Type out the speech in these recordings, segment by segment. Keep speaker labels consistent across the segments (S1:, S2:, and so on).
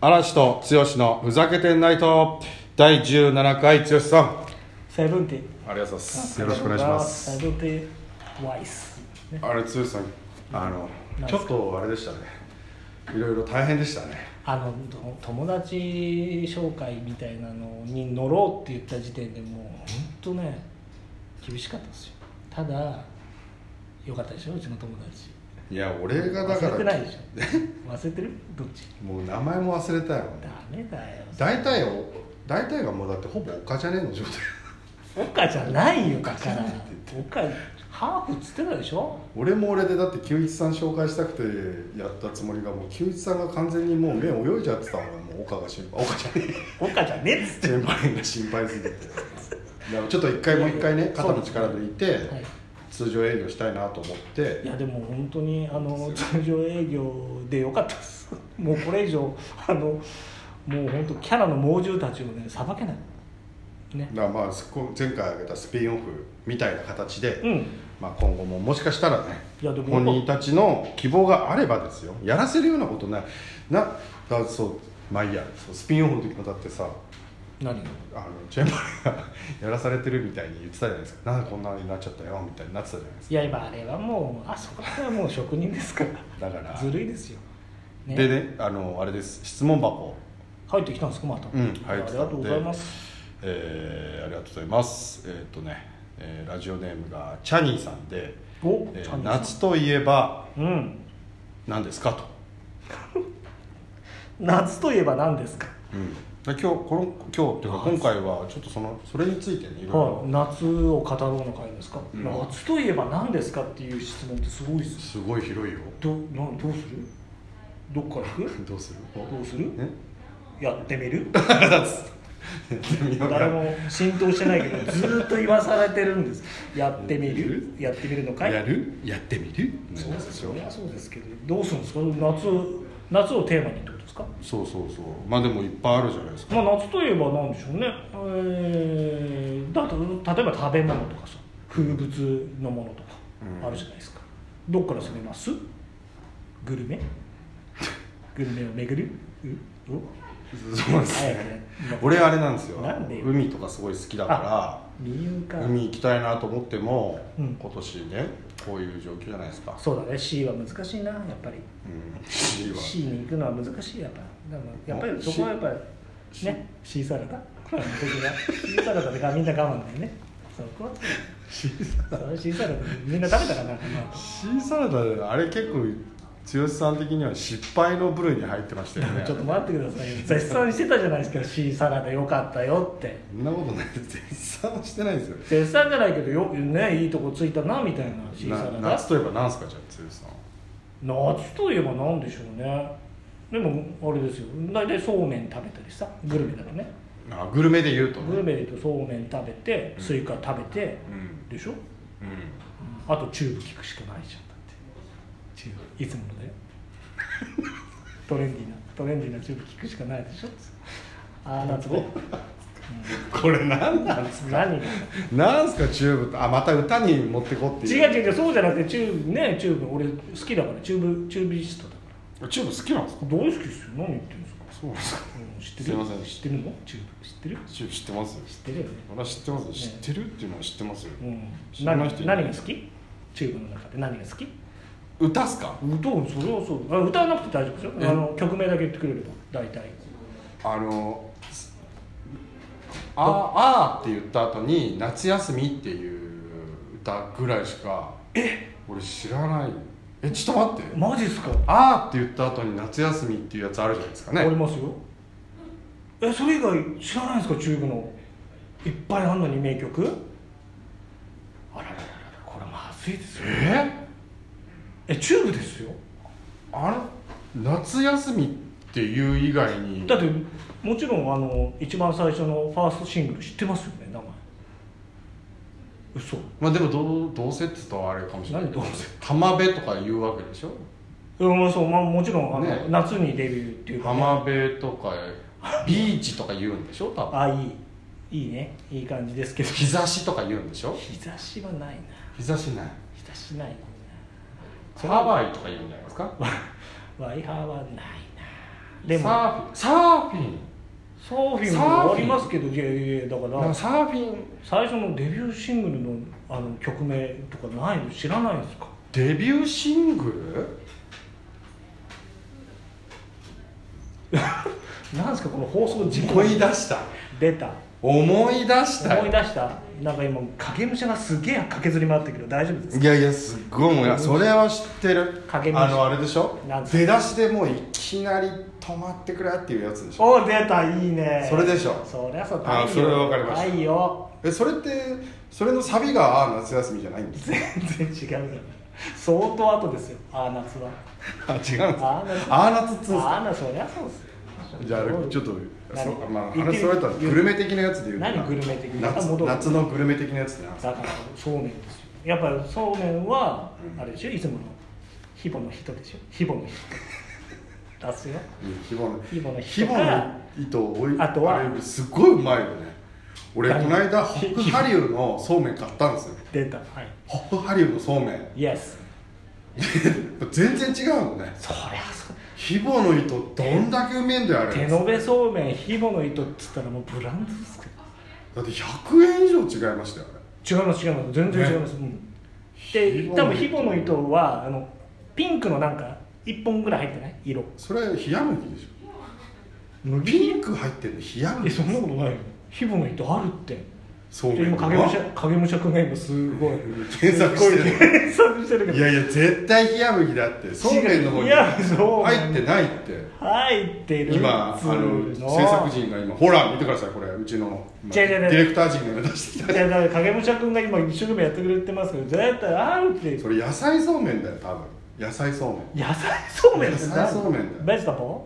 S1: 嵐と剛のふざけてないと第17回剛さんあ
S2: セブンティ
S1: りがとうございます
S2: ー
S3: よろしくお願いします
S2: セブンティーワイス
S1: あれ剛さんあの
S2: なん
S1: ち
S2: す
S1: ょ
S2: か
S1: っとあれでしたねいろいろ大変でしたね
S2: あのと友達紹介みたいなのに乗ろうって言った時点でもう本当ね厳しかったですよただよかったでしょうちの友達
S1: いや俺がだか
S2: 忘れてな
S1: ら
S2: いでしょ忘れてるどっち
S1: もう名前も忘れたよ
S2: ダメだよ
S1: 大体を大体がもうだってほぼおかじゃねえの状態
S2: 岡じゃないよだから
S1: 岡じゃないって
S2: 岡ハーフっつってたでしょ
S1: 俺も俺でだって久一さん紹介したくてやったつもりがもう久一さんが完全にもう目泳いじゃってたのがもう岡が心配岡じゃね
S2: 岡じゃねえっつっ
S1: え先輩が心配すぎてだからちょっと一回もう一回ね肩の力抜いて
S2: て、はい
S1: 通常営業したいなと思って
S2: いやでも本当にあの通常営業でよかったです もうこれ以上あのもう本当キャラの猛獣たちをねさばけないね
S1: だからまあすこ前回挙げたスピンオフみたいな形で、
S2: うん
S1: まあ、今後ももしかしたらね
S2: いやでも
S1: 本人たちの希望があればですよやらせるようなことないなだからそうまあいいやそうスピンオフの時もだってさ
S2: 何が
S1: あのチェンバレンがやらされてるみたいに言ってたじゃないですかなんでこんなになっちゃったよみたいになってたじゃないです
S2: いや今あれはもうあそこはもう職人ですから
S1: かだから
S2: ずるいですよ、ね、
S1: でねあのあれです質問箱
S2: 入ってきたんですかまた、
S1: うん入ってた
S2: あ
S1: ん
S2: り
S1: で
S2: がとうございます
S1: えーありがとうございますえーっ、とね、えーラジオネームがチャニーさんで、
S2: お
S1: えー
S2: チャンネルさん
S1: 夏といえば
S2: うん
S1: 何ですかと
S2: 夏といえば何ですか、
S1: うん、今日この今日っていうか今回はちょっとそのそれについてねいろい
S2: はい、
S1: ろ
S2: 夏を語ろうの会ですか、
S1: うん
S2: 夏といえば何ですかっていう質問ってすごいです
S1: すごい広いよ
S2: どなんどうするどっから行く
S1: どうする
S2: どうする
S1: え
S2: やってみる
S1: やってみようか
S2: 誰も浸透してないけどずーっと言わされてるんですやってみるやってみるのかい
S1: やるやってみる
S2: そうですよ
S1: そう
S2: いやそうですけどどうするんですか夏夏をテーマにってことですか
S1: そうそうそうまあでもいっぱいあるじゃないですか
S2: まあ夏といえば何でしょうねえー、だと例えば食べ物とかさ風物のものとか
S1: うん
S2: あるじゃないですか、どっから攻めますグルメグルメを巡るうう
S1: そうですね俺あれなんですよ
S2: なんでよ
S1: 海とかすごい好きだか
S2: 理由から
S1: 海行きたいなと思っても、
S2: うん
S1: 今年ねこういう状況じゃないですか
S2: そうだね C は難しいなやっぱり
S1: うんいいわ
S2: C に行くのは難しいやっぱだからやっぱりそこはやっぱりね C サラダこれは僕が C サラダでみんな我慢だよねそこは
S1: C
S2: それ C サラダみんな食べたかな、まあ
S1: C サラダあれ結構剛さん的には失敗の部類に入ってましたよね
S2: ちょっと待ってくださいよ絶賛してたじゃないですか C サラダ良かったよって
S1: そんなことない絶賛してないですよ
S2: 絶賛じゃないけどよねいいとこついたなみたいな C サラ
S1: な
S2: ダ
S1: 夏といえば何すかじゃあ剛さん
S2: 夏といえば何でしょうねでもあれですよ大体そうめん食べたりさグルメだとね
S1: あグルメで言うと
S2: グルメで言うとそうめん食べて
S1: うん
S2: スイカ食べて、
S1: うん
S2: でしょ
S1: うん
S2: あとチューブ聞くしかないじゃんだってチューブいつものだよ トレンディーなトレンディーなチューブ聞くしかないでしょああ夏ね
S1: これ何なん
S2: 夏何が
S1: なんすかチューブってあまた歌に持ってこって
S2: 違
S1: いう
S2: 違う違うそうじゃなくてチューブねチューブ俺好きだからチューブチュービストだか
S1: うチューブ好きなんですから
S2: 大好きですよ何言ってるんですか、
S1: そうなんですか
S2: うん、知ってる
S1: すいません
S2: 知ってるのチューブ知ってる
S1: チューブ知ってますよ
S2: 知ってるよね
S1: 私知ってますよ知ってるっていうのは知ってますよ
S2: うん
S1: 知らない人い
S2: 何
S1: ない
S2: 何が好きチューブの中で何が好き
S1: 歌っすか
S2: 歌うそれはそうあ歌わなくて大丈夫ですよ
S1: え
S2: あの曲名だけ言ってくれれば大体
S1: あのああーって言った後に夏休みっていう歌ぐらいしか俺知らないえちょっと待って
S2: マジっすか、
S1: ああって言った後に夏休みっていうやつあるじゃないですか
S2: あり
S1: ね
S2: ますよえそれ以外知らないんですかチューブのいっぱいあんのに名曲あららららこれまずいですよ
S1: え
S2: えチューブですよ
S1: あれ夏休みっていう以外に
S2: だってもちろんあの一番最初のファーストシングル知ってますよね名前嘘
S1: まあでもどうどうせって言ったらあれかもしれない
S2: 何どうせ
S1: 浜辺とか言うわけでしょ
S2: うんまあそう、まあ、もちろんあの、
S1: ね
S2: 夏にデビューっていうか、
S1: 浜辺とかビーチとか言うんでしょ多分
S2: あいいいいねいい感じですけど
S1: 日差しとか言うんでしょ
S2: 日差しはないな
S1: 日差しない
S2: 日差しないな
S1: ハワイとか言うんじゃないですか
S2: ワイハーはないなでも
S1: サーフィンサーフィン
S2: サーフィン
S1: サーフィン
S2: もありますけどいやいやいやだか
S1: なんからサーフィン
S2: 最初のデビューシングルのあの曲名とかないの知らないんですか
S1: デビューシング
S2: なんですかこの放送事
S1: ル
S2: 故
S1: 思い出した
S2: 出た
S1: 思い出した
S2: 思い出したなんか今影武者がすげえ駆けずり回ってるけど大丈夫ですか
S1: いやいやすっごい思い出それは知ってる
S2: 影武者
S1: あのあれでしょ
S2: なんですか
S1: 出だしでもういきなり止まってくれっていうやつでしょ
S2: おお出たいいね
S1: それでしょ
S2: そりゃそう
S1: あそれはわかりました
S2: 太陽
S1: えそれってそれのサビが「ああ夏休み」じゃないんです か
S2: 全然違うね相当後ですよああ夏は
S1: あ違うんですか
S2: あー夏
S1: あー夏っつうんですか
S2: ああなそりゃそうですよ
S1: じゃあちょっと
S2: 何
S1: そまあ
S2: 言って
S1: 話それたらグルメ的なやつで言うと
S2: 何グルメ的な
S1: 夏
S2: あ戻る
S1: 夏のグルメ的なやつってなんですか
S2: だからそうめんですよやっぱりそうめんは
S1: うん
S2: あれでしょいつものひぼの人でしょひぼの人出すよ
S1: ヒボの
S2: ヒボの糸
S1: ヒボの糸を追い
S2: あとは
S1: れすごいうまいよね俺こ
S2: 何
S1: の間北波流のそうめん買ったんですよ
S2: 出たはい
S1: 北波流のそうめんやっ
S2: イエス
S1: ぱ全然違うのね
S2: そりゃそう
S1: ヒボの糸どんだけうめえんだよあれ
S2: 手延べそうめんひぼの糸っつったらもうブランドですか
S1: だって100円以上違いましたよあれ
S2: ら違います違います全然違います、うん、で多分ひぼの糸はあのピンクのなんか1本ぐらい入ってない色
S1: それ冷や麦でしょ
S2: 麦
S1: ピンク入ってるの冷や
S2: え
S1: 麦
S2: そんなことないよひぼの糸あるって
S1: そうめん
S2: 今影武者影武者くんが今すごい
S1: 検索してる
S2: 検索してるけど
S1: いやいや絶対冷や麦だってそうめんの方に
S2: いやそうめん
S1: 入ってないって
S2: 入ってる
S1: 今あ
S2: つー
S1: の制作陣が今ほら見てくださいこれうちの今
S2: 違う
S1: デ
S2: 違う違う
S1: ィレクター陣が出してき
S2: い
S1: た
S2: やだから影武者くんが今一生懸命やってくれてますけど絶対あるって
S1: それ野菜そうめんだよ多分野菜そうめん
S2: 野菜そうめんって
S1: 野菜そうめんだよ
S2: ベジタボ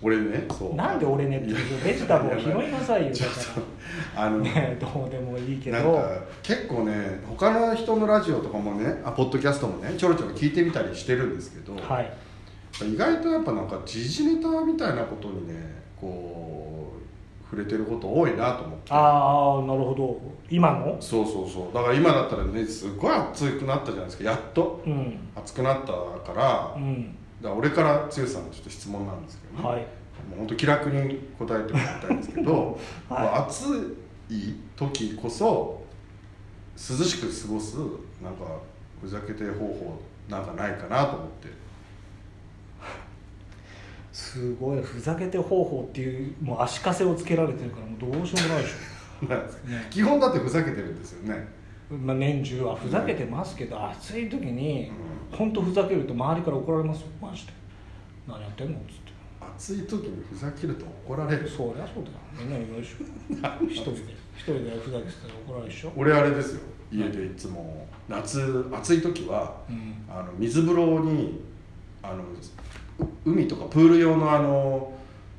S1: 俺ねそう
S2: なんで俺ねって言うのベジタボを拾いなさいよだ
S1: ちょっ
S2: か
S1: とあの
S2: らねどうでもいいけ
S1: なん
S2: ど
S1: か結構ね他の人のラジオとかもねあポッドキャストもねちょろちょろ聞いてみたりしてるんですけど、
S2: はい
S1: 意外とやっぱなんか時事ネタみたいなことにねこう触れてること多いなと思って
S2: ああなるほど今の
S1: そうそうそうだから今だったらねすごい熱くなったじゃないですかやっと
S2: うん
S1: 熱くなったから,、
S2: う
S1: だか
S2: ん
S1: ら俺から剛さんにちょっと質問なんですけどね、
S2: はい
S1: もう本当気楽に答えてもらいたいんですけど、
S2: はい
S1: まあ暑い時こそ涼しく過ごすなんかふざけて方法なんかないかなと思って
S2: すごいふざけて方法っていうもう足かせをつけられてるからもうどうしようもないでし
S1: なんですか
S2: ね
S1: 基本だってふざけてるんですよね
S2: ょ、まあ、年中はふざけてますけど暑い時に
S1: う
S2: 本当ふざけると周りから怒られますよマジで何やってんのっつって
S1: 暑い時にふざけると怒られる
S2: そりゃそうだよみんな言うでしょ一人で一人でふざけてたら怒られるでしょ、
S1: 俺あれですよ家でいつも夏暑い時は
S2: うん、
S1: あの水風呂にあのう海とかプール用のあの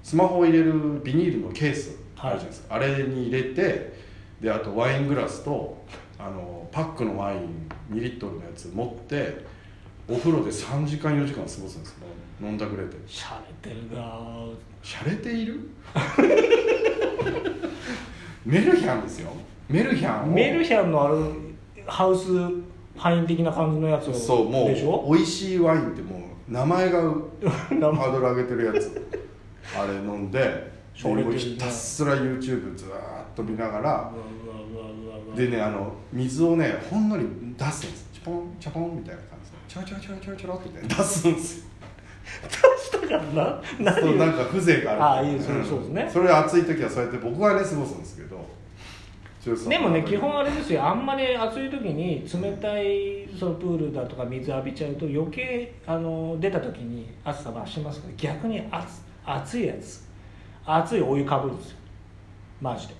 S1: スマホを入れるビニールのケースあるじゃないですか、あれに入れてであとワイングラスとあのパックのワイン2リットルのやつ持ってお風呂で3時間4時間過ごすんですよ飲んだくれて
S2: しゃれてるなぁ
S1: 洒落ている メルヒャンですよメルヒャンを
S2: メルヒャンのあるハウス範囲的な感じのやつを
S1: そうも
S2: でしょ
S1: う美味しいワインってもう名前が
S2: 名前
S1: ハードル上げてるやつ あれ飲んで
S2: しょ
S1: 俺
S2: れてる
S1: も
S2: ね
S1: ひたすら YouTube ずーっと見なが
S2: うわ
S1: ら
S2: うわうわうわうわ
S1: でねあの水をねほんのり出すんですチャポンチャポンみたいな感じでチョロチョロチョロチョロチョロってね出すんですよ
S2: したからな何
S1: そう
S2: を
S1: なんか風情がある
S2: あーいいそれ
S1: ん
S2: そうですね
S1: それ暑い時はそうやって僕はね過ごすんですけど剛さん
S2: でもね基本あれですよあんまり暑い時に冷たいそのプールだとか水浴びちゃうと余計あの出た時に暑さ増しますから逆に暑暑いやつ暑いお湯かぶるんですよマジで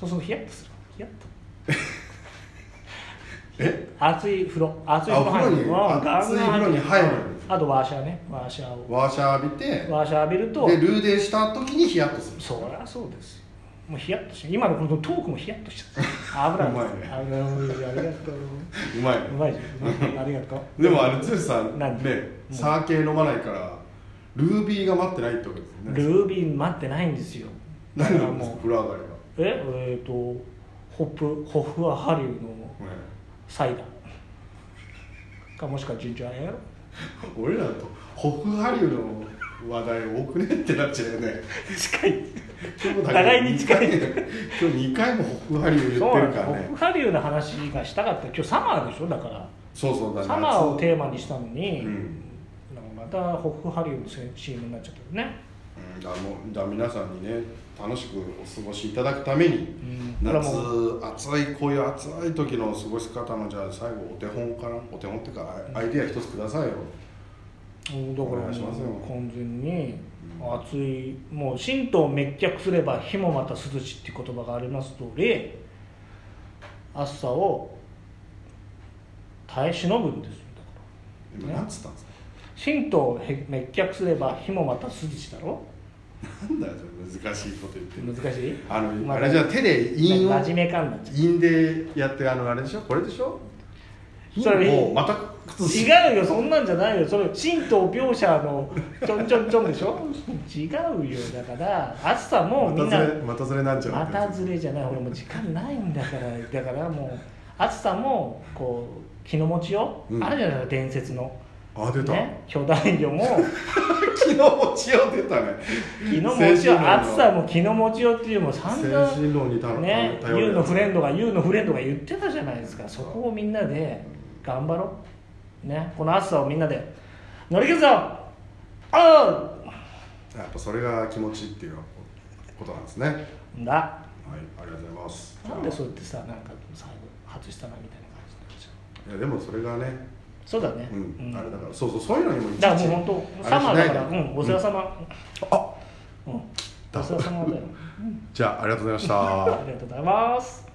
S2: そうするとヒヤッとするヒヤッと
S1: え
S2: 暑い風呂暑い
S1: あ
S2: 風呂入
S1: お
S2: る
S1: 風呂に
S2: ガンガン
S1: 熱い風呂に入るんです
S2: あとワーシャーねワーシャーを
S1: ワーシャー浴びて
S2: ワーシャー浴びると
S1: でルーデーした時にヒヤッとする
S2: そりゃそうですよもうヒヤッとして今のこのトークもヒヤッとしち ゃった危ないです
S1: うま
S2: 危ないありがとう
S1: うまいね
S2: うまいじゃんありがとう
S1: でもあれ剛さん
S2: 何
S1: ね
S2: うん
S1: サー系飲まないからルービーが待ってないってことですよね
S2: ルービー待ってないんですよだか
S1: 何
S2: ら
S1: なんですか
S2: もう
S1: 風呂上がり
S2: ええー、とホップホフはハリウ
S1: は、
S2: の
S1: ね
S2: サイダーかもしくはジンジャーエール
S1: 俺らとホフハリューの話題多くねってなっちゃうよね
S2: 近い
S1: 今日だけ
S2: 互いに近い
S1: 二回今日2回も北ハリウ言って
S2: そうな
S1: る
S2: ん
S1: からね
S2: 僕ハリウの話がしたかった今日サマーでしょだから
S1: そうそうだ
S2: サマーをテーマにしたのに、
S1: うん
S2: なんかまたホフハリウの CM になっちゃったよね、
S1: うんだもうだ皆さんにね楽しくお過ごしいただくために
S2: うん、だか
S1: 夏
S2: らもう
S1: 暑いこういう暑い時の過ごし方のじゃあ最後お手本かなお手本っていうかアイディア一つくださいよ
S2: うんだから
S1: お願いしますよ
S2: もう完全に
S1: うん
S2: 暑いもう神道を滅却すれば火もまた涼しっていう言葉があります通り暑さを耐え忍ぶんですよだから
S1: 今何つったんですか
S2: 神道を滅却すれば火もまた涼しだろ
S1: なんだよそれ難しいこと言ってる
S2: 難しい
S1: あの、
S2: ま
S1: あれじゃあ手で
S2: 真
S1: 韻を
S2: 面目かになっちゃ
S1: 韻でやってあのあれでしょこれでしょ
S2: それ
S1: もうまた
S2: う
S1: 靴下
S2: 違うよそんなんじゃないよそれ神道描写のちょんちょんちょんでしょ違うよだから暑さもみ
S1: ま
S2: ん
S1: た
S2: な
S1: ずれまたずれなんちゃう
S2: またず
S1: れ
S2: れじゃない俺もう時間ないんだからだからもう暑さもこう気の持ちよ、
S1: うん
S2: あるじゃないですか伝説の、
S1: あ出た、
S2: ね、巨大 魚も
S1: 昨日持ちよ出たね
S2: 気の持ち
S1: 先進論の
S2: よ暑さも気の持ちよっていうもう散
S1: 先
S2: 々
S1: 進論に頼む
S2: ね YOU のフレンドが YOU のフレンドが言ってたじゃないですかそこをみんなで頑張ろう、ね、この暑さをみんなで乗り切るぞお
S1: やっぱそれが気持ちいいっていうことなんですねはい
S2: うんだ
S1: ありがとうございます
S2: なんでそうやってさなんか最後外したなみたいな感じになっちゃう
S1: いやでもそれがね、
S2: そうだね、
S1: うん
S2: うん
S1: あれだからそうそうそういうのにもいちいち
S2: だからもう本当サマーだから、
S1: あれしない
S2: う
S1: で
S2: ん、お世話様、
S1: あ
S2: うん、お世話様だよ。
S1: じゃあありがとうございました
S2: ありがとうございます。